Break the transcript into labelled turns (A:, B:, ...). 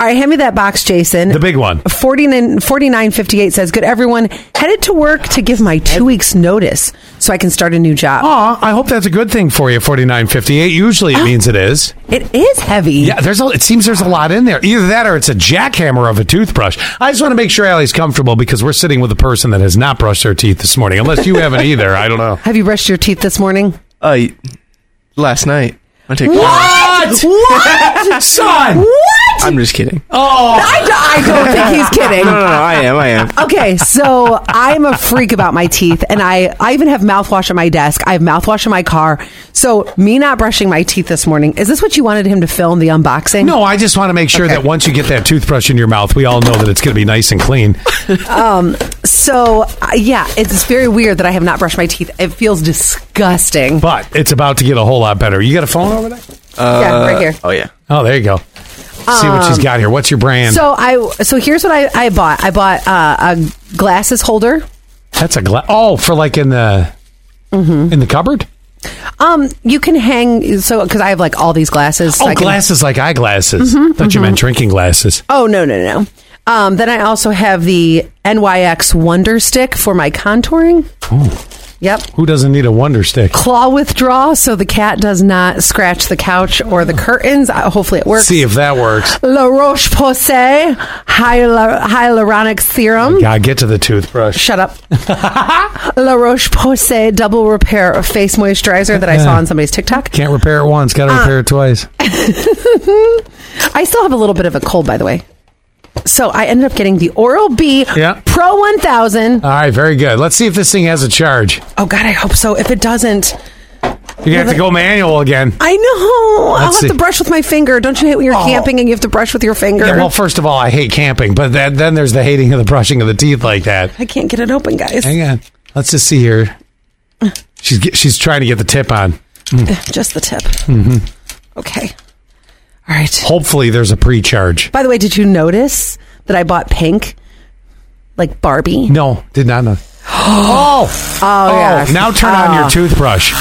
A: All right, hand me that box, Jason.
B: The big one.
A: 49 4958 says, Good everyone, headed to work to give my two weeks notice so I can start a new job.
B: Aw, I hope that's a good thing for you. Forty nine fifty eight. Usually, it means it is.
A: It is heavy.
B: Yeah, there's a, it seems there's a lot in there. Either that or it's a jackhammer of a toothbrush. I just want to make sure Allie's comfortable because we're sitting with a person that has not brushed their teeth this morning. Unless you haven't either. I don't know.
A: Have you brushed your teeth this morning?
C: Uh, last night. I take
A: What?
B: Son!
A: What?
C: I'm just kidding.
A: Oh
B: Oh,
A: I, d- I don't think he's kidding.
C: No, no, no. I am. I am.
A: Okay, so I'm a freak about my teeth, and I, I even have mouthwash on my desk. I have mouthwash in my car. So, me not brushing my teeth this morning, is this what you wanted him to film the unboxing?
B: No, I just want to make sure that once you get that toothbrush in your mouth, we all know that it's going to be nice and clean.
A: So, uh, yeah, it's very weird that I have not brushed my teeth. It feels disgusting.
B: But it's about to get a whole lot better. You got a phone over there?
A: yeah, right here.
C: Oh yeah.
B: Oh, there you go. See what she's got here. What's your brand?
A: So I so here's what I, I bought. I bought uh, a glasses holder.
B: That's a glass. Oh, for like in the in the cupboard.
A: Um, you can hang so because I have like all these glasses. so
B: Oh,
A: I can- Mm-hmm,
B: glasses like eyeglasses. Thought you meant drinking glasses.
A: Oh no no no. Um, then I also have the NYX Wonder Stick for my contouring. Yep.
B: Who doesn't need a Wonder Stick?
A: Claw withdraw so the cat does not scratch the couch or the curtains. Uh, hopefully it works.
B: See if that works.
A: La Roche Posay hyal- hyaluronic serum.
B: God, get to the toothbrush.
A: Shut up. La Roche Posay double repair face moisturizer that I saw on somebody's TikTok.
B: Can't repair it once.
A: Uh,
B: Got to repair it twice.
A: I still have a little bit of a cold, by the way. So I ended up getting the Oral B
B: Yeah.
A: Pro 1000.
B: All right, very good. Let's see if this thing has a charge.
A: Oh, God, I hope so. If it doesn't,
B: You have to go manual again.
A: I know. I'll have
B: Let's see.
A: to brush with my finger. Don't you hate when you're
B: Oh.
A: camping and you have to brush with your finger?
B: Yeah, well, first of all, I hate camping, but then, then there's the hating of the brushing of the teeth like that.
A: I can't get it open, guys.
B: Hang on. Let's just see here. She's get, she's trying to get the tip on.
A: Just the tip.
B: Mm-hmm.
A: Okay. All right.
B: Hopefully, there's a pre-charge.
A: By the way, did you notice that I bought pink? Like Barbie?
B: No, did not know. Oh, oh,
A: yes. Ah.
B: Now turn on your toothbrush.